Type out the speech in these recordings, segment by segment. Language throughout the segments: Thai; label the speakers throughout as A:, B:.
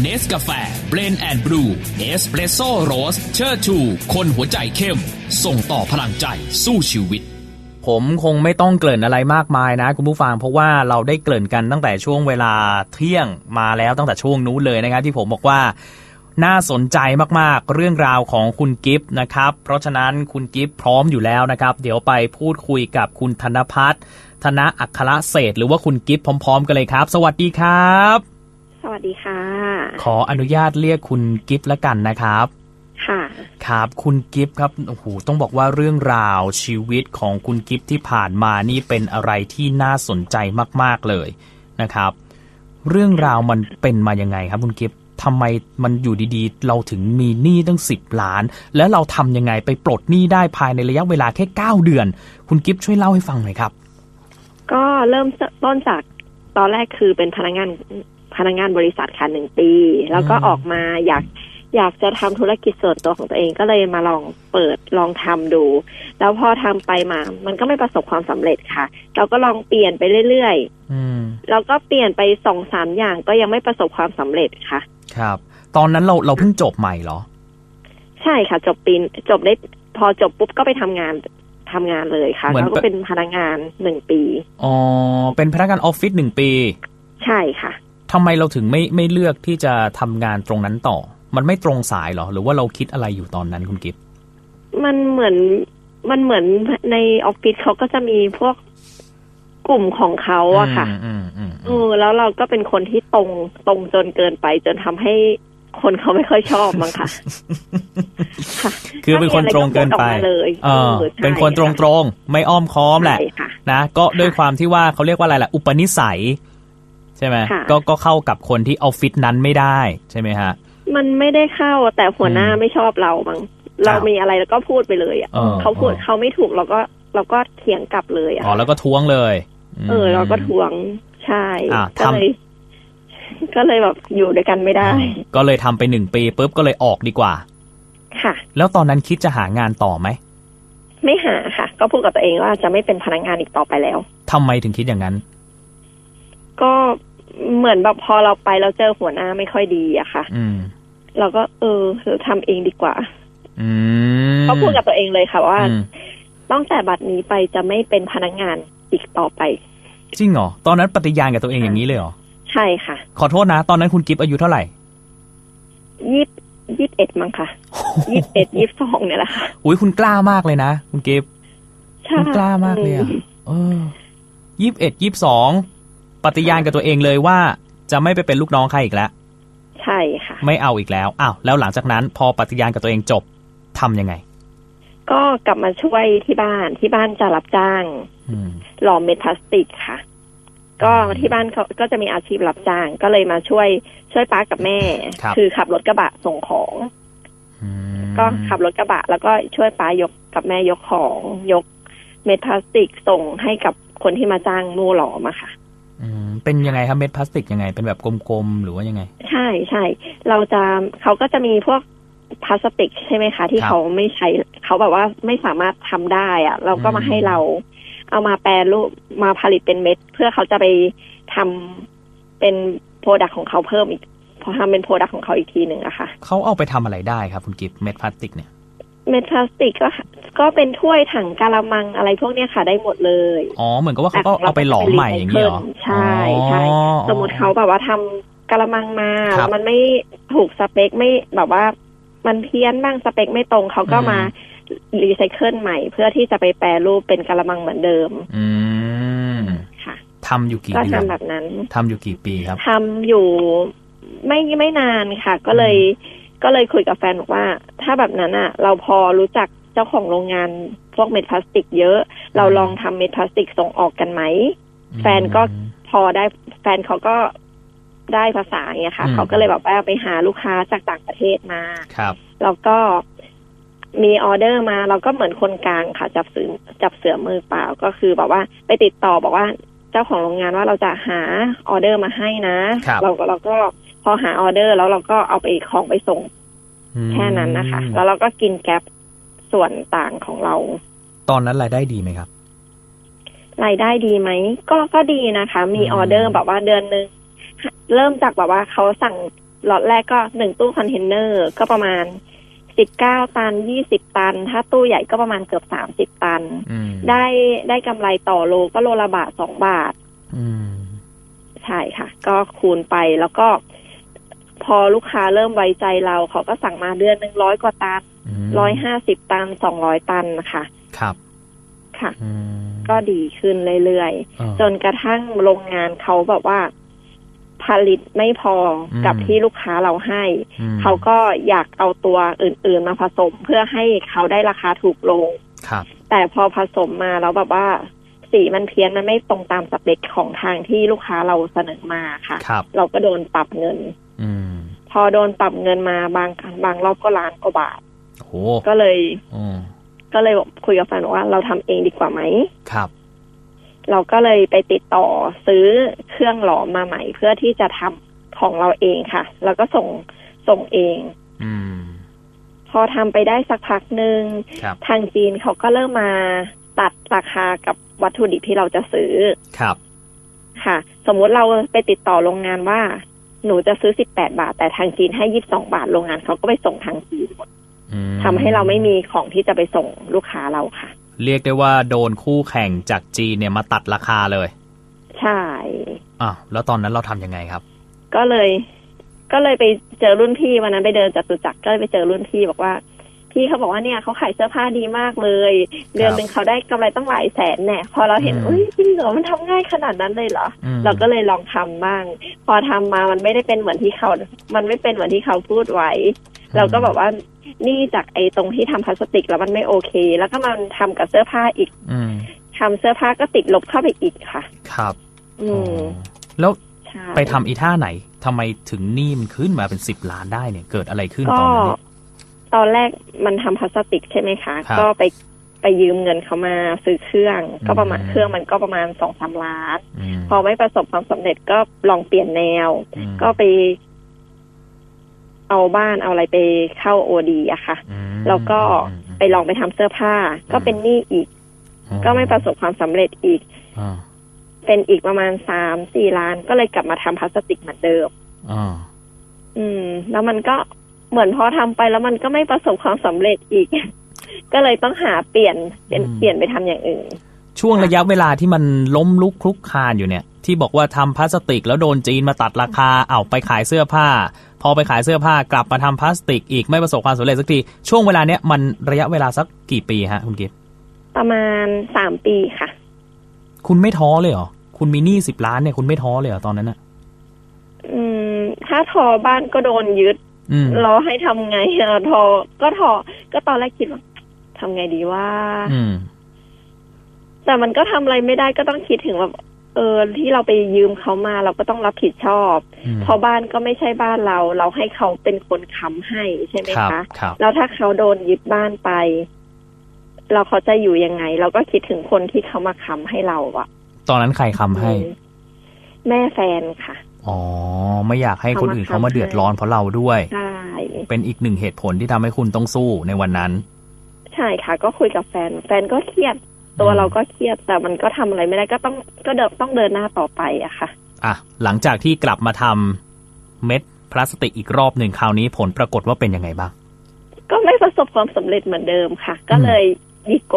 A: เนสกาแฟเบรนแอนด์บรูเอสเปรสโซ่โรสเชิดชู คนหัวใจเข้ม ส่งต่อพลังใจสู้ชีวิต
B: ผมคงไม่ต้องเกริ่นอะไรมากมายนะคุณผู้ฟังเพราะว่าเราได้เกริ่นกันตั้งแต่ช่วงเวลาเที่ยงมาแล้วตั้งแต่ช่วงนู้นเลยนะครับ ที่ผมบอกว่าน่าสนใจมากๆ เรื่องราวของคุณกิฟต์นะครับ เพราะฉะนั้นคุณกิฟต์พร้อมอยู่แล้วนะครับ เดี๋ยวไปพูดคุยกับคุณธนพัฒน์ธนอัครเศรษฐ์หรือว่าคุณกิฟต์พร้อมๆ กันเลยครับ สวัสดีครับ
C: สวัสดีค่ะ
B: ขออนุญาตเรียกคุณกิฟต์ละกันนะครับ
C: ค่ะ
B: ครับคุณกิฟต์ครับโอ้โหต้องบอกว่าเรื่องราวชีวิตของคุณกิฟต์ที่ผ่านมานี่เป็นอะไรที่น่าสนใจมาก ๆเลยนะครับ เรื่องราวมันเป็นมายังไงครับคุณกิฟต์ทำไมมันอยู่ดีๆ เราถึงมีหนี้ตั้ง 10 ล้าน แล้วเราทำยังไงไปปลดหนี้ได้ภายในระยะเวลาแค่ 9 เดือน คุณกิฟต์ช่วยเล่าให้ฟังหน่อยครับ
C: ก็เริ่มต้นจากตอนแรกคือเป็นพนักงานพนักงานบริษัทค่ะหนึ่งปี แล้วก็
B: อืม
C: ออกมาอยากอยากจะทำธุรกิจส่วนตัวของตัวเองก็เลยมาลองเปิดลองทำดู แล้วพอทำไปมา มันก็ไม่ประสบความสำเร็จค่ะ เราก็ลองเปลี่ยนไปเรื่อย
B: อืม
C: ๆแล้วก็เปลี่ยนไปสองสามอย่างก็ยังไม่ประสบความสำเร็จค่ะ
B: ครับ ตอนนั้นเราเราเพิ่งจบใหม่เหรอ
C: ใช่ค่ะ จบปีนจบได้พอจบปุ๊บก็ไปทำงานทำงานเลยค่ะ
B: เหมือน
C: แล้วก็เป็นพนักงานหนึ่งปี
B: อ๋อเป็นพนักงานออฟฟิศหนึ่งปี
C: ใช่ค่ะ
B: ทำไมเราถึงไม่ไม่เลือกที่จะทำงานตรงนั้นต่อ มันไม่ตรงสายเหรอ หรือว่าเราคิดอะไรอยู่ตอนนั้นคุณกิฟต์
C: มันเหมือนมันเหมือนในออฟฟิศเขาก็จะมีพวกกลุ่มของเขาอะค่ะ
B: อืมอืม
C: เอ
B: อืม
C: อแล้วเราก็เป็นคนที่ตรงตรงจนเกินไป จนทำให้คนเขาไม่ค่อยชอบมั้งค่ะ
B: คือเป็นคนตรงเกินไป
C: ถ้ามีอะรพูดออมาเลย
B: เออ
C: ออใช่
B: เป็นคนตรงตรงๆไม่อ้อมค้อมแหละ
C: ใช่ค่
B: นะ ก็ด้วยความที่ว่าเขาเรียกว่าอะไรล่ะ อุปนิสัย ใช่ไหม
C: ค่ะ
B: ก็ก็เข้ากับคนที่ออฟฟิศนั้นไม่ได้ใช่ไหมฮะ
C: มันไม่ได้เข้าแต่หัวหน้า
B: อืม
C: ไม่ชอบเรามั้งเรามีอะไรแล้วก็พูดไปเลยอะ
B: เออ
C: เขาพูด
B: เออ
C: เขาไม่ถูกเราก็เราก็เถียงกลับเลยอะ
B: อ๋อแล้วก็ท้วงเลยม
C: เออ เราก็ทวงใช่
B: อ่ะ
C: ก็
B: ทำ
C: เลยก็เลยแบบอยู่ด้วยกันไม่ได้
B: ก็เลยทำไปหนึ่งปีปุ๊บก็เลยออกดีกว่า
C: ค่ะ
B: แล้วตอนนั้นคิดจะหางานต่อไหม
C: ไม่หาค่ะ ก็พูดกับตัวเองว่าจะไม่เป็นพนักงานอีกต่อไปแล้ว
B: ทำไมถึงคิดอย่างนั้น
C: ก็เหมือนแบบพอเราไปเราเจอหัวหน้าไม่ค่อยดีอะค่ะ
B: อืม
C: เราก็เออเราทำเองดีกว่า
B: อืม
C: เขาพูดกับตัวเองเลยค่ะว่า
B: อืม
C: ตั้งแต่บัดนี้ไปจะไม่เป็นพนักงานอีกต่อไป
B: จริงเหรอ ตอนนั้นปฏิญาณกับตัวเองอย่างนี้เลยเหรอ
C: ใช่ค่ะ
B: ขอโทษนะ ตอนนั้นคุณกิฟต์อายุเท่าไหร่
C: ยี่สิบยี่สิบเอ็ดมั้งค่ะยี่สิบเอ็ดยี่สิบสองเนี่ยแหละค่ะ
B: อุ้ยคุณกล้ามากเลยนะ คุณกิฟต์
C: ใช่
B: คุณกล้ามากเลยอะเออยี่สิบเอ็ดยี่สิบสองปฏิญาณกับตัวเองเลยว่า จะไม่ไปเป็นลูกน้องใครอีกแล้ว
C: ใช่ค่ะ
B: ไม่เอาอีกแล้ว อ้าว แล้วหลังจากนั้นพอปฏิญาณกับตัวเองจบทำยังไง
C: ก็กลับมาช่วยที่บ้านที่บ้านจะรับจ้าง
B: อืม
C: หล่อเม็ดพลาสติกค่ะ ก็
B: อืม
C: ที่บ้านเขาก็จะมีอาชีพรับจ้าง ก็เลยมาช่วยช่วยป้ากับแม่
B: ครับ
C: อขับรถกระบะส่งของ
B: อืม
C: ก็ขับรถกระบะ แล้วก็ช่วยป้ายกกับแม่ยกของยกเม็ดพลาสติกส่งให้กับคนที่มาจ้างโม่หลอมอะค่ะ
B: อืมเป็นยังไงครับเม็ดพลาสติกยังไง เป็นแบบกลมๆหรือว่ายังไง
C: ใช่ใช่เราจะเขาก็จะมีพวกพลาสติกใช่ไหมคะ ที่
B: ครับ
C: เขาไม่ใช้เขาแบบว่าไม่สามารถทำได้อะเราก็
B: อืม
C: มาให้เรา เอามาแปรรูปมาผลิตเป็นเม็ด เพื่อเขาจะไปทำเป็นโปรดักของเขาเพิ่มอีกพอทำเป็นโปรดักของเขาอีกทีหนึ่งอะค่ะ
B: เขาเอาไปทำอะไรได้ครับคุณกิฟต์เม็ดพลาสติกเนี่ย
C: เม็ดพลาสติกก็ก็เป็นถ้วยถังกะละมังอะไรพวกเนี้ยค่ะได้หมดเลย
B: อ๋อ เหมือนกับว่าเขาก็เอาไปหลอมใหม่อย่างนี้เหรอ
C: ใช่ใช่
B: อ๋อ
C: สมมติเขาแบบว่าทำกะละมังมา
B: ครับ
C: แล้วมันไม่ถูกสเปคไม่แบบว่า มันเพี้ยนบ้างสเปคไม่ตรงเขาก็
B: อืม
C: มารีไซเคิลใหม่ เพื่อที่จะไปแปรรูปเป็นกะละมังเหมือนเดิม
B: อืม
C: ค่ะ
B: ทำอยู่กี่
C: ก็
B: เดือน
C: ทำแบบนั้น
B: ทำอยู่กี่ปีครับ
C: ทำอยู่ไม่ไม่นานค่ะ ก็เลย ก็เลยคุยกับแฟนบอกว่า ถ้าแบบนั้นอ่ะ เราพอรู้จักเจ้าของโรงงานพวกเม็ดพลาสติก เยอะ เราลองทำเม็ดพลาสติกส่งออกกันไหม แฟนก็ พอได้แฟนเขาก็ได้ภาษาอย่างเงี้ยค่ะ
B: อืม
C: เขาก็เลยแบบว่าไปหาลูกค้าจากต่างประเทศมา
B: ครับ
C: แล้วก็มีออเดอร์มา เราก็เหมือนคนกลางค่ะ จับเสือจับเสือมือเปล่าก็คือแบบว่าไปติดต่อบอกว่าเจ้าของโรงงานว่าเราจะหาออเดอร์มาให้นะ
B: ครับ
C: เราก็เราก็พอหาออเดอร์แล้วเราก็เอาไปของไปส่ง
B: อืม
C: แค่นั้นนะคะ แล้วเราก็กินแก๊ปส่วนต่างของเรา
B: ตอนนั้นรายได้ดีไหมครับ
C: รายได้ดีไหมก็ก็ดีนะคะ มี
B: อืม
C: ออเดอร์แบบว่าเดือนหนึงเริ่มจากแบบว่าเขาสั่ง หลอดแรกก็หนึ่งตู้คอนเทนเนอร์ก็ประมาณสิบเก้าตันยี่สิบตัน ถ้าตู้ใหญ่ก็ประมาณเกือบสามสิบตัน
B: อืม
C: ได้ได้กำไรต่อโลก็โลละบาทสองบาท
B: อืม
C: ใช่ค่ะ ก็คูณไปแล้วก็ พอลูกค้าเริ่มไว้ใจเรา เขาก็สั่งมาเดือนหนึ่งร้อยกว่าตัน
B: ม
C: ร้อยห้าสิบตันสองร้อยตันนะคะ
B: ครับ
C: ค่ะ
B: อืม
C: ก็ดีขึ้นเรื่อย
B: เออ
C: ๆ จนกระทั่งโรงงานเขาแบบว่า ผลิตไม่พออ
B: ม
C: กับที่ลูกค้าเราให้
B: อืม
C: เขาก็อยากเอาตัวอื่น ๆ มาผสมเพื่อให้เขาได้ราคาถูกลง
B: ครับ
C: แต่พอผสมมาแล้วแบบว่า สีมันเพี้ยนมันไม่ตรงตามสเปคของทางที่ลูกค้าเราเสนอมาค่ะ
B: ครับ
C: เราก็โดนปรับเงิน
B: อืม
C: พอโดนปรับเงินมาบางครั้งบางรอบก็ล้านกว่าบาท
B: โห
C: ก็เลย
B: อืม
C: ก็เลยคุยกับแฟนว่าเราทำเองดีกว่าไหม
B: ครับ
C: เราก็เลยไปติดต่อซื้อเครื่องหลอมมาใหม่ เพื่อที่จะทำของเราเองค่ะ แล้วก็ส่งส่งเอง
B: อืม
C: พอทำไปได้สักพักหนึ่ง
B: ครับ
C: ทางจีนเขาก็เริ่มมาตัดราคากับวัตถุดิบที่เราจะซื้อ
B: ครับ
C: ค่ะ สมมุติเราไปติดต่อโรงงานว่า หนูจะซื้อ 18 บาท แต่ทางจีนให้ 22 บาทโรงงานเขาก็ไปส่งทางจีนหมด
B: อืม
C: ทำให้เราไม่มีของที่จะไปส่งลูกค้าเราค่ะ
B: เรียกได้ว่าโดนคู่แข่งจากจีนเนี่ยมาตัดราคาเลย
C: ใช่
B: อ่ะแล้วตอนนั้นเราทำยังไงครับ
C: ก็เลย ก็เลยไปเจอรุ่นพี่วันนั้นไปเดินจตุจักรก็เลยไปเจอรุ่นพี่บอกว่า พี่เขาบอกว่าเนี่ยเขาขายเสื้อผ้าดีมากเลย เดือนหนึ่งเขาได้กำไรตั้งหลายแสนแน่พอเราเห็น
B: อืม
C: อุ้ยจริงเหรอมันทำง่ายขนาดนั้นเลยเหรอ
B: อืม
C: เราก็เลยลองทำบ้าง พอทำมามันไม่ได้เป็นเหมือนที่เขา มันไม่เป็นเหมือนที่เขาพูดไว้ เราก็แบบว่า นี่จากไอ้ตรงที่ทำพลาสติกแล้วมันไม่โอเค แล้วก็มันทำกับเสื้อผ้าอีก
B: อืม
C: ทำเสื้อผ้าก็ติดลบเข้าไปอีกค่ะ
B: ครับ
C: อื
B: อ๋
C: ม
B: อแล้ว
C: ใช่
B: ไปทำอีท่าไหนทำไมถึงหนี่มันขึ้นมาเป็นสิบล้านได้เนี่ยเกิดอะไรขึ้นตอน
C: ก็
B: นั้นเนี่ย
C: ตอนแรกมันทำพลาสติกใช่ไหมคะ
B: ครับ
C: ก็ไปไปยืมเงินเขามาซื้อเครื่อง
B: อืม
C: ก็ประมาณเครื่องมันก็ประมาณสองสามล้าน
B: อืม
C: พอไม่ประสบความสำเร็จก็ลองเปลี่ยนแนว
B: ม
C: ก็ไปเอาบ้านเอาอะไรไปเข้าโอดีอะค่ะ
B: อืม
C: แล้วก็
B: อืม
C: ไปลองไปทำเสื้อผ้า ก็
B: อืม
C: เป็นหนี้อีก
B: อื
C: ก็ไม่ประสบความสำเร็จอีก
B: อ่า
C: เป็นอีกประมาณสามสี่ล้าน ก็เลยกลับมาทำพลาสติกเหมือนเดิม
B: อ่า
C: อืม แล้วมันก็เหมือนพอทำไปแล้วมันก็ไม่ประสบความสำเร็จอีก ก็เลยต้องหาเปลี่ยนเปลี่ยนเปลี่ยนไปทำอย่างอื่น
B: ช่วงระยะเวลาที่มันล้มลุกคลุกคลานอยู่เนี่ย ที่บอกว่าทำพลาสติกแล้วโดนจีนมาตัดราคาเอาไปขายเสื้อผ้า พอไปขายเสื้อผ้ากลับมาทำพลาสติกอีกไม่ประสบความสำเร็จสักทีช่วงเวลาเนี้ยมันระยะเวลาสักกี่ปีฮะคุณกิฟ
C: ประมาณสามปีค่ะ
B: คุณไม่ท้อเลยเหรอ คุณมีหนี้สิบล้านเนี่ยคุณไม่ท้อเลยเหรอตอนนั้นอ่ะ
C: อืม ถ้าทอบ้านก็โดนยึด
B: อืม
C: เราให้ทำไง อะทอ ก็ทอ ก็ตอนแรกคิดว่าทำไงดีว่า
B: อืม
C: แต่มันก็ทำอะไรไม่ได้ก็ต้องคิดถึงแบบเออที่เราไปยืมเขามาเราก็ต้องรับผิดชอบ
B: อืม
C: เพราะบ้านก็ไม่ใช่บ้านเรา เราให้เขาเป็นคนค้ำให้ใช่ไหม
B: ครับ
C: คะ
B: ครับ
C: แล้วถ้าเขาโดนยึดบ้านไป เราเขาจะอยู่ยังไง เราก็คิดถึงคนที่เขามาค้ำให้เราอะ
B: ตอนนั้นใครคำให้
C: อืมแม่แฟนค่ะ
B: อ๋อ ไม่อยากให้คนอื่น
C: เขา
B: เขา
C: มา
B: มา
C: ค้ำ
B: เดือดร้อนเพราะเราด้วย
C: ใช่
B: เป็นอีกหนึ่งเหตุผลที่ทำให้คุณต้องสู้ในวันนั้น
C: ใช่ค่ะ ก็คุยกับแฟน แฟนก็เครียด ตัว
B: อืม
C: เราก็เครียด แต่มันก็ทำอะไรไม่ได้ก็ต้องก็เดินต้องเดินหน้าต่อไปอะค่ะ
B: อ่ะ หลังจากที่กลับมาทำเม็ดพลาสติกอีกรอบหนึ่งคราวนี้ผลปรากฏว่าเป็นยังไงบ้าง
C: ก็ไม่ประสบความสำเร็จเหมือนเดิมค่ะ ก็เลยดิโก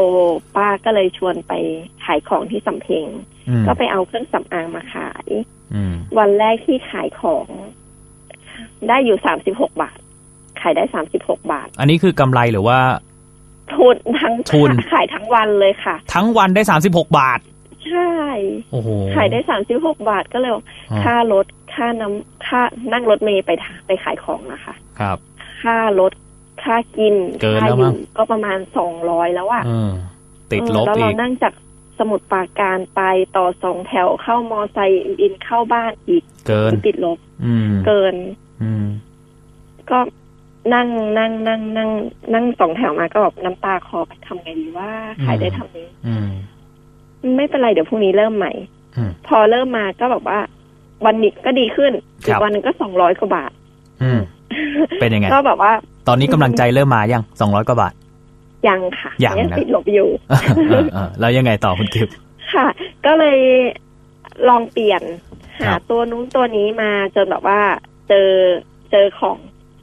C: ป้าก็เลยชวนไปขายของที่สำเพ็ง
B: อืม
C: ก็ไปเอาเครื่องสำอางมาขาย
B: อืม
C: วันแรกที่ขายของ ได้อยู่สามสิบหกบาท ขายได้สามสิบหกบาท
B: อันนี้คือกำไรหรือว่า
C: ทุนทั้ง
B: ทุน
C: ขายทั้งวันเลยค่ะ
B: ทั้งวันได้ 36 บาท
C: ใช่
B: โอ้โห
C: ขายได้สามสิบหกบาทก็เลยบอก
B: อ๋อ
C: ค่ารถค่าน้ำค่านั่งรถเมย์ไปทะไปขายของนะคะ
B: ครับ
C: ค่ารถค่ากิน
B: เกิน
C: ค่า
B: แล้ว
C: อ
B: มั้
C: ยู่
B: ง
C: ก็ประมาณสองร้อยแล้วอะ
B: เออติดลบ
C: เแล้ว
B: อี
C: เรา
B: ก
C: นั่งจากสมุดปราการไปต่อสองแถวเข้ามอไซค์บินเข้าบ้านอีก
B: เกิน
C: ติดลบ
B: อืม
C: เกิน
B: อืม
C: ก็นั่งนั่งนั่งนั่งนั่งสองแถวมาก็แบบน้ำตาคลอทำไงดีว่า
B: อืม
C: ขายได้เท่านี้
B: อืม
C: ไม่เป็นไรเดี๋ยวพรุ่งนี้เริ่มใหม่
B: อืม
C: พอเริ่มมาก็แบบว่า วันนี้ก็ดีขึ้น
B: ครั
C: อีก
B: บ
C: วันหนึงก็สองร้อยกว่าบาท
B: อืม เป็นยังไง
C: ก็แบบว่า
B: ตอนนี้กำลังใจเริ่มมายังสองร้อยกว่าบาท
C: ยังค่ะ
B: ยังนะ
C: ติดลบอยู่
B: เออเออแล้วยังไงต่อคุณกิฟต์
C: ค่ะ ก็เลยลองเปลี่ยน หา
B: ครับ
C: ตัวนู้นตัวนี้มาจนแบบว่าเจอเจ เจอของ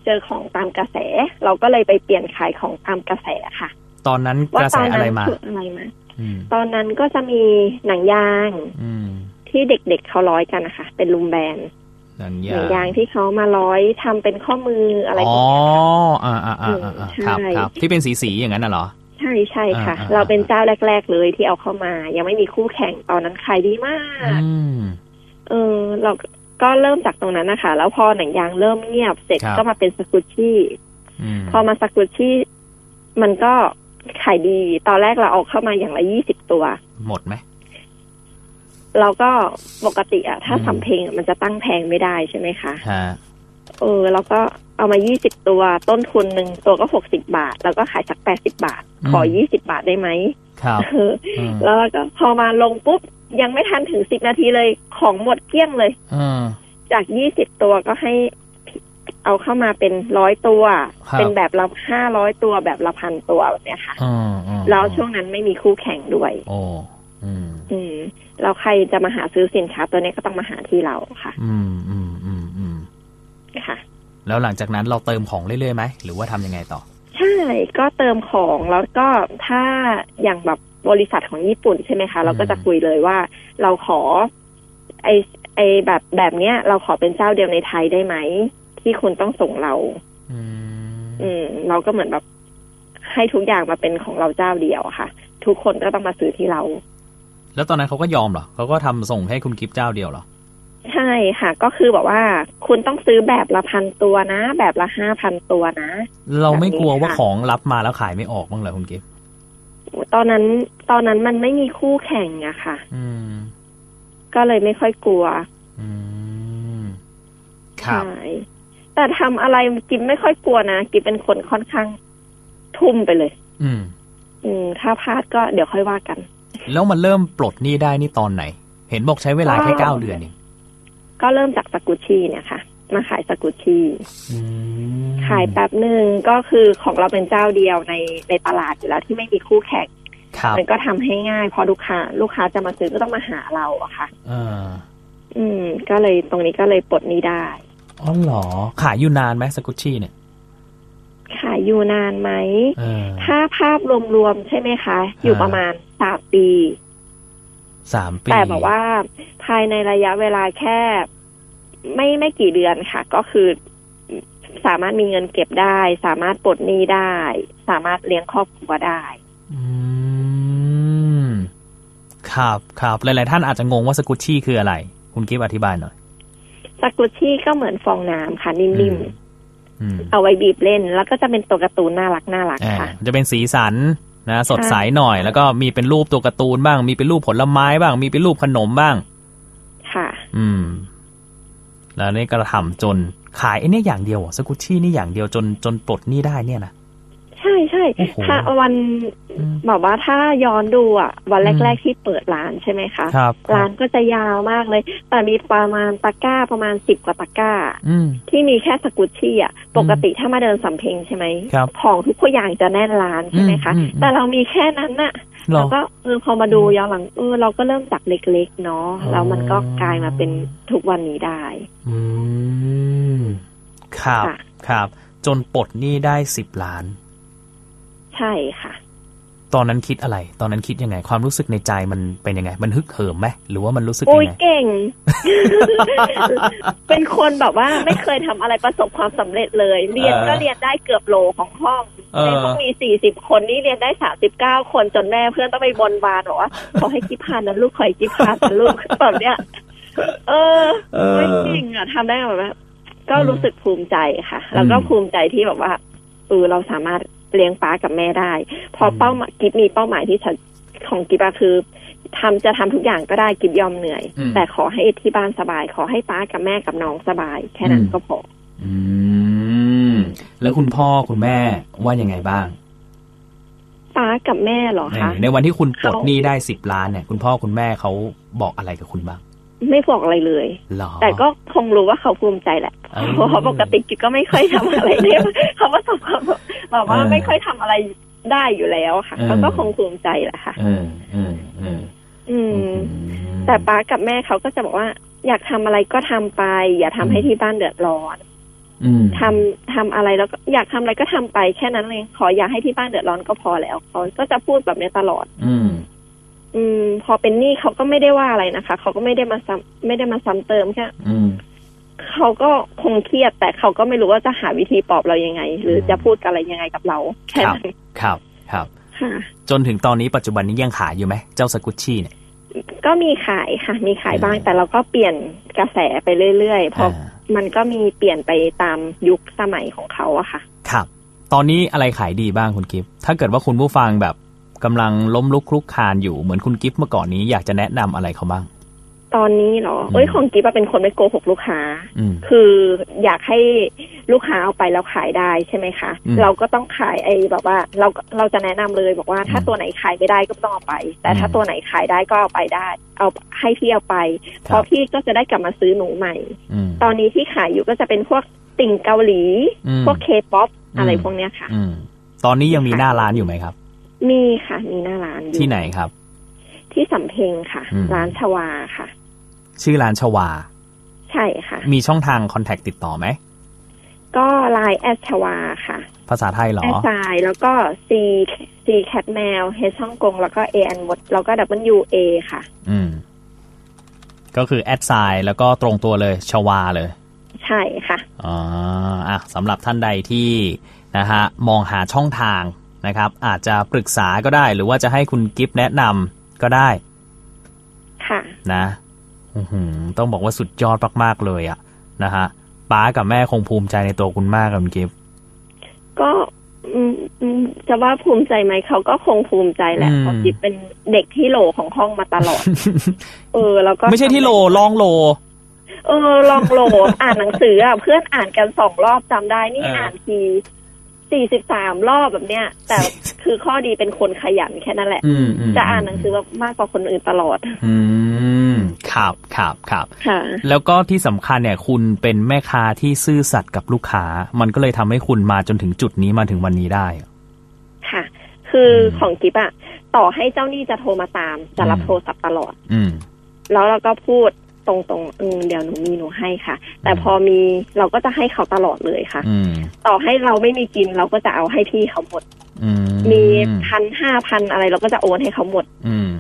C: เจอของตามกระแส เราก็เลยไปเปลี่ยนขายของตามกระแสค่ะ
B: ตอนนั้น
C: ว่าก
B: ระแส
C: ตอน
B: อะไร
C: นั้น
B: มา
C: คืออะไรมา
B: อืม
C: ตอนนั้นก็จะมีหนังยาง
B: อืม
C: ที่เด็กๆเขาร้อยกันนะคะเป็นลุมแบน
B: หนัง
C: ห
B: ยา
C: นั
B: ง
C: งยางที่เขามาร้อยทำเป็นข้อมืออะไรพว
B: อ๋อ
C: กนี้
B: อ่าอ่าอ่าอ่าอ่าครับ
C: ใช่
B: ครับ ที่เป็นสีสีๆอย่างนั้นน่ะเหรอ
C: ใช่ใช่ค่ะ
B: อ่าอ่า
C: เราเป็นเจ้าแรก ๆ เลยที่เอาเข้ามา ยังไม่มีคู่แข่งตอนนั้นขายดีมาก
B: อืม
C: เออเราก็เริ่มจากตรงนั้นนะคะ แล้วพอหนังยางเริ่มเงียบเสร็จ
B: ครับ
C: ก็มาเป็นสกุชชี่
B: อืม
C: พอมาสกุชชี่มันก็ขายดี ตอนแรกเราเอาเข้ามาอย่างละยี่สิบตัว
B: หมดไหม
C: เราก็ปกติอะถ้า
B: อืม
C: สำเพลงอะมันจะตั้งแพงไม่ได้ใช่ไหมคะ
B: ฮะ
C: เออเราก็เอามายี่สิบตัว ต้นทุนหนึ่งตัวก็หกสิบาท แล้วก็ขายสักแปดสิบาท ขอยี่สิบาทได้ไหม
B: ครับ
C: เออ
B: อืม
C: แล้วเราก็พอมาลงปุ๊บ ยังไม่ทันถึงสิบนาทีเลยของหมดเกลี้ยงเลย
B: อืม
C: จากยี่สิบตัวก็ให้เอาเข้ามาเป็นร้อยตัว
B: ครับ
C: เป็นแบบละห้าร้อยตัวแบบละพันตัวแบบเนี้ยค่ะ
B: อืมอืม
C: แล้วช่วงนั้นไม่มีคู่แข่งด้วย
B: โอ้อืม
C: อืมแล้วใครจะมาหาซื้อสินค้าตัวเนี้ยก็ต้องมาหาที่เราค่ะ
B: อืมอืมอืมอืม
C: ค่ะ
B: แล้วหลังจากนั้นเราเติมของเรื่อยๆไหมหรือว่าทำยังไงต่อ
C: ใช่ก็เติมของแล้วก็ถ้าอย่างแบบบริษัทของญี่ปุ่นใช่ไหมคะ เราก็จะคุยเลยว่าเราขอไอไอแบบแบบเนี้ย เราขอเป็นเจ้าเดียวในไทยได้ไหม ที่คุณต้องส่งเรา
B: อืม
C: อืม เราก็เหมือนแบบให้ทุกอย่างมาเป็นของเราเจ้าเดียวอะค่ะ ทุกคนก็ต้องมาซื้อที่เรา
B: แล้วตอนนั้นเขาก็ยอมเหรอเขาก็ทำส่งให้คุณกิฟต์เจ้าเดียวเหรอ
C: ใช่ค่ะ ก็คือแบบว่า คุณต้องซื้อแบบละพันตัวนะ แบบละห้าพันตัวนะ
B: เราไม่กลัวว่า
C: แบบนี้
B: ข
C: ค่ะ
B: องรับมาแล้วขายไม่ออกบ้างเหรอคุณกิฟต์
C: ตอนนั้นตอนนั้นมันไม่มีคู่แข่งอะค่ะ
B: อืม
C: ก็เลยไม่ค่อยกลัว
B: อืมครับ
C: ใช่แต่ทำอะไรกิบไม่ค่อยกลัวนะกิบเป็นคนค่อนข้างทุ่มไปเลย
B: อืม
C: อืม ถ้าพลาดก็เดี๋ยวค่อยว่ากัน
B: แล้วมันเริ่มปลดหนี้ได้นี่ตอนไหน เห็นบอกใช้เวลาแค่
C: ก็
B: เก้าเดือนเอง
C: ก็เริ่มจากสกุชชี่เนี่ยค่ะ มาขายสกุชชี่
B: อืม
C: ขายแป๊บหนึ่งก็คือของเราเป็นเจ้าเดียวในในตลาดอยู่แล้วที่ไม่มีคู่แข่ง
B: ครับ
C: มันก็ทำให้ง่ายเพอลูกค้า ลูกค้าจะมาซื้อก็ต้องมาหาเราอะค่ะ
B: เออ
C: อืม ก็เลยตรงนี้ก็เลยปลดหนี้ได้
B: อ๋อเหรอ ขายอยู่นานไหมสกุชชี่เนี่ย
C: ขายอยู่นานไหม
B: เออ
C: ถ้าภาพรวมๆใช่ไหมคะ อยู่
B: อ่า
C: ประมาณสามปี
B: สามปี
C: แต่แบบว่าภายในระยะเวลาแค่ ไม่ไม่กี่เดือนค่ะ ก็คือสามารถมีเงินเก็บได้ สามารถปลดหนี้ได้ สามารถเลี้ยงครอบครัวได้
B: อืมครับครับหลายๆท่านอาจจะงงว่าสกุชชี่คืออะไร คุณกิฟต์อธิบายหน่อย
C: สกุชชี่ก็เหมือนฟองน้ำค่ะ นิ่ม
B: อืม อืม
C: ๆ เอาไว้บีบเล่น แล้วก็จะเป็นตัวการ์ตูนน่ารักน่ารัก
B: อ่า
C: ค่ะ
B: จะเป็นสีสันนะสดใสหน่อย แล้วก็มีเป็นรูปตัวการ์ตูนบ้าง มีเป็นรูปผลไม้บ้าง มีเป็นรูปขนมบ้าง
C: ค่ะ
B: อืม แล้วนี่กระทำจนขายไอ้เนี่ยอย่างเดียวเหรอสกุชชี่นี่อย่างเดียวจนจนปลดหนี้ได้เนี่ยนะ
C: ใช่ใช่
B: โอ้โห
C: ถ้าวัน
B: อืม
C: แบบว่าถ้าย้อนดูอ่ะ วัน
B: อืม
C: แรก ๆที่เปิดร้านใช่ไหมคะ
B: ครับค
C: ร้า
B: รับ
C: นก็จะยาวมากเลย แต่มีประมาณตะกร้าประมาณสิบกว่าตะกร้า
B: อืม
C: ที่มีแค่สกุชชี่อ่ะ ปกติถ้ามาเดินสำเพ็งใช่ไหม
B: ครับ
C: ของทุกอย่างจะแน่นร้านใช่ไหมคะ
B: อืมอืม
C: แต่เรามีแค่นั้นน่ะ
B: เหรอ
C: เราก็เออพอมาดูย้อนหลังเออเราก็เริ่มจากเล็กๆเนาะ
B: อ๋อ
C: แล้วมันก็กลายมาเป็นทุกวันนี้ได้
B: อืมครับ
C: ค่ะ
B: ครับ จนปลดหนี้ได้สิบล้าน
C: ใช่ค่ะ
B: ตอนนั้นคิดอะไร ตอนนั้นคิดยังไง ความรู้สึกในใจมันเป็นยังไง มันฮึกเหิมไหมหรือว่ามันรู้สึก
C: โอ้
B: ยัง
C: ย
B: ไง
C: เก่ ง เป็นคนแบบว่าไม่เคยทำอะไรประสบความสำเร็จเลย เรียนก็
B: เออ
C: เรียนได้เกือบโหลของห้อง
B: เออ
C: ในห้องมีสี่สิบคนนี่เรียนได้สามสิบเก้าคนจนแม่เพื่อนต้องไปบนบาน บอกว่า ขอให้กิฟผ่านนะลูกขอให้กิฟผ่านนะลูก แบบเนี้ยเออ
B: เออ
C: โอ้ยเก่งอ่ะทำได้แบบว่าก็
B: อืม
C: รู้สึกภูมิใจค่ะ แล้วก็
B: อืม
C: ภูมิใจที่แบบว่าเออเราสามารถเลี้ยงป้ากับแม่ได้ พออ
B: ม
C: เป้าหมายกิฟมีเป้าหมายที่ชัดของกิฟอะคือ ทำจะทำทุกอย่างก็ได้กิบยอมเหนื่อย
B: อืม
C: แต่ขอให้ที่บ้านสบาย ขอให้ป้ากับแม่กับน้องสบาย แค่นั้
B: อื
C: น
B: ม
C: ก็พอ
B: อืม แล้วคุณพ่อคุณแม่ว่ายังไงบ้าง
C: ป้ากับแม่เหรอคะ
B: ในวันที่คุณปลด
C: เขา
B: หนี้ได้สิบล้านเนี่ย คุณพ่อคุณแม่เขาบอกอะไรกับคุณบ้าง
C: ไม่บอกอะไรเลย
B: หรอ
C: แต่ก็คงรู้ว่าเขาภูมิใจแหละ
B: เออ
C: เพราะปกติกิบก็ไม่ค่อยทำอะไรเนี่ย เขาว่าสมควรแบบว่า
B: เออ
C: ไม่ค่อยทำอะไรได้อยู่แล้วค่ะ
B: เออ
C: เขาก็คงภูมิใจแหละค่ะ
B: เออเออเออ
C: อื
B: อ
C: ม
B: ม
C: แต่ป้ากับแม่เขาก็จะบอกว่า อยากทำอะไรก็ทำไป อย่าทำให้ที่บ้านเดือดร้อน
B: อืม
C: ทำทำอะไรแล้วก็อยากทำอะไรก็ทำไปแค่นั้นเองขออย่าให้ที่บ้านเดือดร้อนก็พอแล้วเขาก็จะพูดแบบเนี้ยตลอด
B: อืม
C: อืม พอเป็นหนี้เขาก็ไม่ได้ว่าอะไรนะคะเขาก็ไม่ได้มาซ้ำไม่ได้มาซ้ำเติมแค่
B: อืม
C: เขาก็คงเครียดแต่เขาก็ไม่รู้ว่าจะหาวิธีปลอบเรายังไง หรือจะพูดอะไรยังไงกับเราแค่นั้น
B: ครับ ครับ
C: ค่ะ
B: จนถึงตอนนี้ปัจจุบันนี้ยังขายอยู่ไหมเจ้าสกุชชี่เนี่ย
C: ก็มีขายค่ะ มีขายบ้าง
B: อ่า
C: แต่เราก็เปลี่ยนกระแสไปเรื่อยๆเพราะ
B: อ่า
C: มันก็มีเปลี่ยนไปตามยุคสมัยของเขาอะค่ะ
B: ครับ ตอนนี้อะไรขายดีบ้างคุณกิฟต์ถ้าเกิดว่าคุณผู้ฟังแบบกำลังล้มลุกคลุกคลานอยู่เหมือนคุณกิฟต์เมื่อก่อนนี้อยากจะแนะนำอะไรเขาบ้าง
C: ตอนนี้เหรอเอ้ย
B: อืม
C: ของกิ๊บอะเป็นคนไม่โกหกลูกค้า
B: อืม
C: คืออยากให้ลูกค้าเอาไปแล้วขายได้ใช่ไหมคะ
B: อืม
C: เราก็ต้องขายไอ้แบบว่าเราเราจะแนะนำเลยบอกว่าถ้า
B: อืม
C: ตัวไหนขายไม่ได้ก็ไม่ต้องเอาไป แต่ถ้า
B: อืม
C: ตัวไหนขายได้ก็เอาไปได้ เอาให้พี่เอาไป
B: ครับ
C: เพราะพี่ก็จะได้กลับมาซื้อหนูใหม่
B: อืม
C: ตอนนี้ที่ขายอยู่ก็จะเป็นพวกติ่งเกาหลี
B: อืม
C: พวกเคป๊อป
B: อืม
C: อะไรพวกเนี้ยค่ะ
B: อืม ตอนนี้ยังมีหน้าร้านอยู่ไหมครับ
C: มีค่ะ มีหน้าร้านอยู่
B: ที่ไหนครับ
C: ที่สำเพ็งค่ะ
B: อืม
C: ร้านชวาค่ะ
B: ชื่อร้านชวา
C: ใช่ค่ะ
B: มีช่องทางคอนแทคติดต่อไหม
C: ก็ไลน์แอดชวาค่ะ
B: ภาษาไทยเหรอ
C: แอสไซแล้วก็ C C cat mail H ฮ่องกงแล้วก็ A N หมดแล้วก็ W A ค่ะ
B: อืม ก็คือแอดไซน์แล้วก็ตรงตัวเลยชวาเลย
C: ใช่ค่ะ
B: อ๋ออ่ะสำหรับท่านใดที่นะฮะมองหาช่องทางนะครับ อาจจะปรึกษาก็ได้หรือว่าจะให้คุณกิฟแนะนำก็ได้
C: ค่ะ
B: นะอื้อหือต้องบอกว่าสุดยอดมากๆเลยอะนะฮะป้ากับแม่คงภูมิใจในตัวคุณมากครับคุณกิฟ
C: ก็อืมอืมจะว่าภูมิใจไหมเขาก็คงภูมิใจแหละ
B: อืม
C: เพราะจิ๊บเป็นเด็กที่โหลของห้องมาตล อด เออ แล้วก็
B: ไม่ใช่ที่โลลองโล
C: เออลองโหล อ่านหนังสืออ่ะเพื่อนอ่านกันสองรอบจำได้นี่
B: เอออ่
C: อ่านทีสี่สิบสามรอบแบบเนี้ย แต่คือข้อดีเป็นคนขยันแค่นั้นแหละ
B: อืมม
C: จะอ่านหนังสือแบบมากกว่าคนอื่นตลอด
B: อืมครับครับครับ
C: ค่ะ
B: แล้วก็ที่สำคัญเนี่ยคุณเป็นแม่ค้าที่ซื่อสัตย์กับลูกค้า มันก็เลยทำให้คุณมาจนถึงจุดนี้มาถึงวันนี้ได้
C: ค่ะ คืออ
B: ม
C: ของกิฟอะต่อให้เจ้าหนี้จะโทรมาตาม จะรับ
B: อืม
C: โทรศัพท์ตลอด
B: อืม
C: แล้วเราก็พูดตรงๆอืมเดี๋ยวหนูมีหนูให้ค่ะ แต่
B: อืม
C: พอมีเราก็จะให้เขาตลอดเลยค่ะ
B: อืม
C: ต่อให้เราไม่มีกินเราก็จะเอาให้พี่เขาหมด
B: อืม
C: มีพันห้าพันอะไรเราก็จะโอนให้เขาหมด
B: อืม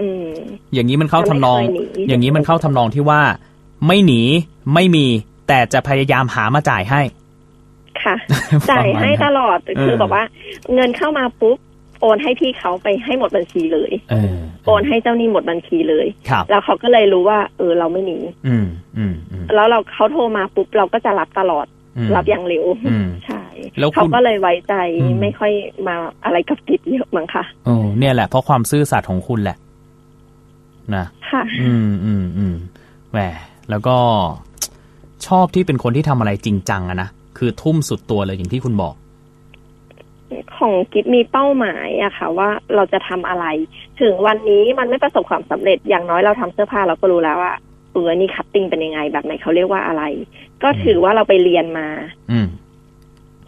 C: อืม
B: อย่างนี้มันเข้าทำนอง
C: จะไม่เคยหนี
B: อย่างนี้มันเข้าทำนองที่ว่า ไม่หนีไม่มี แต่จะพยายามหามาจ่ายให้
C: ค่ะ จ่ายให้ตลอดคื
B: เอ
C: อ
B: อ
C: แบบว่า เงินเข้ามาปุ๊บโอนให้พี่เขาไปให้หมดบัญชีเลย
B: เออ
C: โอนให้เจ้าหนี้หมดบัญชีเลย
B: ครับ
C: แล้วเขาก็เลยรู้ว่า เออ เราไม่หนี
B: อืมอืมอืม
C: แล้วเราเขาโทรมาปุ๊บเราก็จะรับตลอด
B: อืม
C: รับอย่างเร็ว
B: อืม
C: ใช่
B: แล้วคุณ
C: เขาก็เลยไว้ใจ
B: อืม
C: ไม่ค่อยมาอะไรกับติดเยอะมั้งค่ะ
B: โอ้เนี่ยแหละเพราะความซื่อสัตย์ของคุณแหละนะ
C: ค่ะ
B: อืมอืมอืมแหมแล้วก็ชอบที่เป็นคนที่ทำอะไรจริงจังอะนะ คือทุ่มสุดตัวเลยอย่างที่คุณบอก
C: ของกิฟมีเป้าหมายอะค่ะ ว่าเราจะทำอะไร ถึงวันนี้มันไม่ประสบความสำเร็จอย่างน้อยเราทำเสื้อผ้าเราก็รู้แล้วว่าเออนี่คัตติ้งเป็นยังไงแบบไหนเขาเรียกว่าอะไร ก็ถือว่าเราไปเรียนมา
B: อืม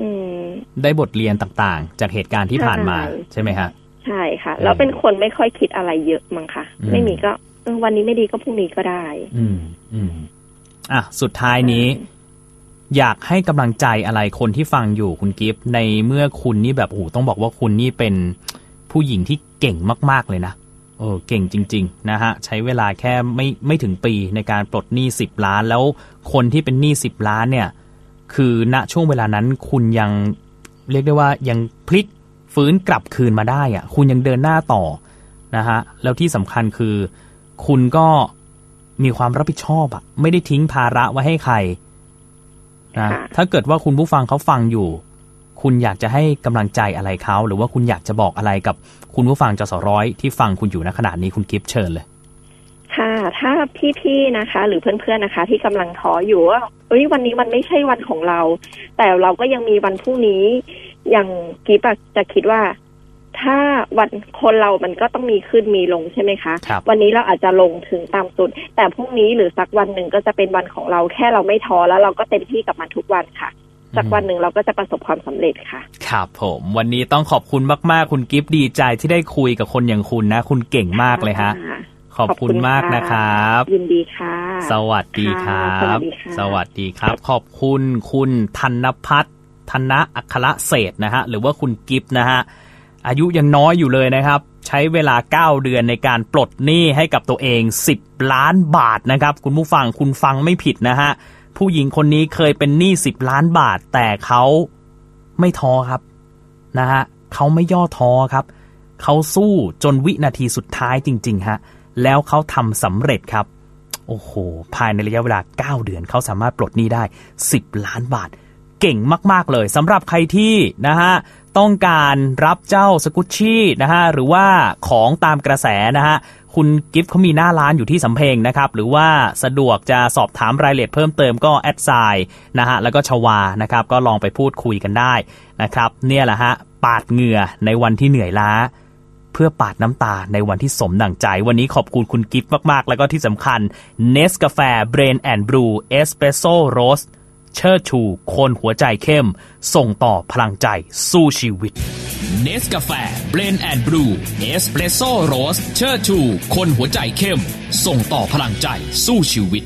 C: อืม
B: ได้บทเรียนต่างๆ จากเหตุการณ์ที่ผ่านมา
C: ใช่
B: ใช่ไหมฮะ
C: ใช่ค่ะ
B: เออ
C: แล้วเป็นคนไม่ค่อยคิดอะไรเยอะมั้งค่ะ
B: อืม
C: ไม่มีก็เออวันนี้ไม่ดีก็พรุ่งนี้ก็ได้
B: อืมอืมอ่ะสุดท้ายนี้ อยากให้กำลังใจอะไรคนที่ฟังอยู่คุณกิฟต์ในเมื่อคุณนี่แบบโอ้โหต้องบอกว่าคุณนี่เป็นผู้หญิงที่เก่งมาก ๆ เลยนะเออเก่งจริง ๆ นะฮะ ใช้เวลาแค่ไม่ไม่ถึงปีในการปลดหนี้สิบล้าน แล้วคนที่เป็นหนี้สิบล้านเนี่ย คือณช่วงเวลานั้นคุณยังเรียกได้ว่ายังพลิกฟื้นกลับคืนมาได้อะคุณยังเดินหน้าต่อนะฮะแล้วที่สำคัญคือ คุณก็มีความรับผิดชอบอะไม่ได้ทิ้งภาระไว้ให้ใครนะ
C: ค่ะ
B: ถ้าเกิดว่าคุณผู้ฟังเขาฟังอยู่ คุณอยากจะให้กำลังใจอะไรเขาหรือว่าคุณอยากจะบอกอะไรกับคุณผู้ฟังจสร้อยที่ฟังคุณอยู่ณขณะนี้คุณกิฟต์เชิญเลย
C: ค่ะ ถ้าพี่ๆ นะคะ หรือเพื่อนๆ นะคะ ที่กำลังท้ออยู่ว่าเอ้ยวันนี้มันไม่ใช่วันของเรา แต่เราก็ยังมีวันพรุ่งนี้ อย่างกิฟจะคิดว่า ถ้าวันคนเรามันก็ต้องมีขึ้นมีลงใช่ไหมคะ
B: ครับ
C: วันนี้เราอาจจะลงถึงตามสุด แต่พรุ่งนี้หรือสักวันหนึ่งก็จะเป็นวันของเราแค่เราไม่ท้อแล้วเราก็เต็มที่กับมันทุกวันค่ะ สักวันหนึ่งเราก็จะประสบความสำเร็จค่ะ
B: ครับผมวันนี้ต้องขอบคุณมาก ๆ คุณกิฟต์ดีใจที่ได้คุยกับคนอย่างคุณนะ คุณเก่งมากเลยฮะ ข อบคุณมากนะครับ
C: ยินดีค่ะ
B: สวัสดีครับ
C: ค่ะ
B: ส
C: สวั
B: วัส
C: สดี
B: ดีค
C: ค่ะ
B: รับ ขอบคุณคุณธนพัฒน์ธนอัครเศรษฐ์นะฮะ หรือว่าคุณกิฟต์นะฮะ อายุยังน้อยอยู่เลยนะครับ ใช้เวลา 9 เดือนในการปลดหนี้ให้กับตัวเอง 10 ล้านบาทนะครับ คุณผู้ฟังคุณฟังไม่ผิดนะฮะ ผู้หญิงคนนี้เคยเป็นหนี้ 10 ล้านบาท แต่เขาไม่ท้อครับนะฮะเขาไม่ย่อท้อครับ เขาสู้จนวินาทีสุดท้ายจริงๆฮะแล้วเขาทำสำเร็จครับ โอ้โห ภายในระยะเวลา 9 เดือนเขาสามารถปลดหนี้ได้ 10 ล้านบาท เก่งมาก ๆ เลยสำหรับใครที่นะฮะต้องการรับเจ้าสกุชชี่นะฮะหรือว่าของตามกระแสนะฮะคุณกิฟต์เขามีหน้าร้านอยู่ที่สำเพ็งนะครับ หรือว่าสะดวกจะสอบถามรายละเอียดเพิ่มเติมก็แอดไซน์นะฮะแล้วก็ชวานะครับ ก็ลองไปพูดคุยกันได้นะครับ เนี่ยแหละฮะปาดเหงื่อในวันที่เหนื่อยล้า เพื่อปาดน้ำตาในวันที่สมดั่งใจ วันนี้ขอบคุณคุณกิฟต์มาก ๆ แล้วก็ที่สำคัญ n e s กาแฟ Brain and Brew Espresso Roast เชิดชูคนหัวใจเข้ม ส่งต่อพลังใจสู้ชีวิต
A: เนสกาแฟเบรนแอนด์บลูเอสเปรสโซ่โรสเชอร์ชูคนหัวใจเข้ม ส่งต่อพลังใจสู้ชีวิต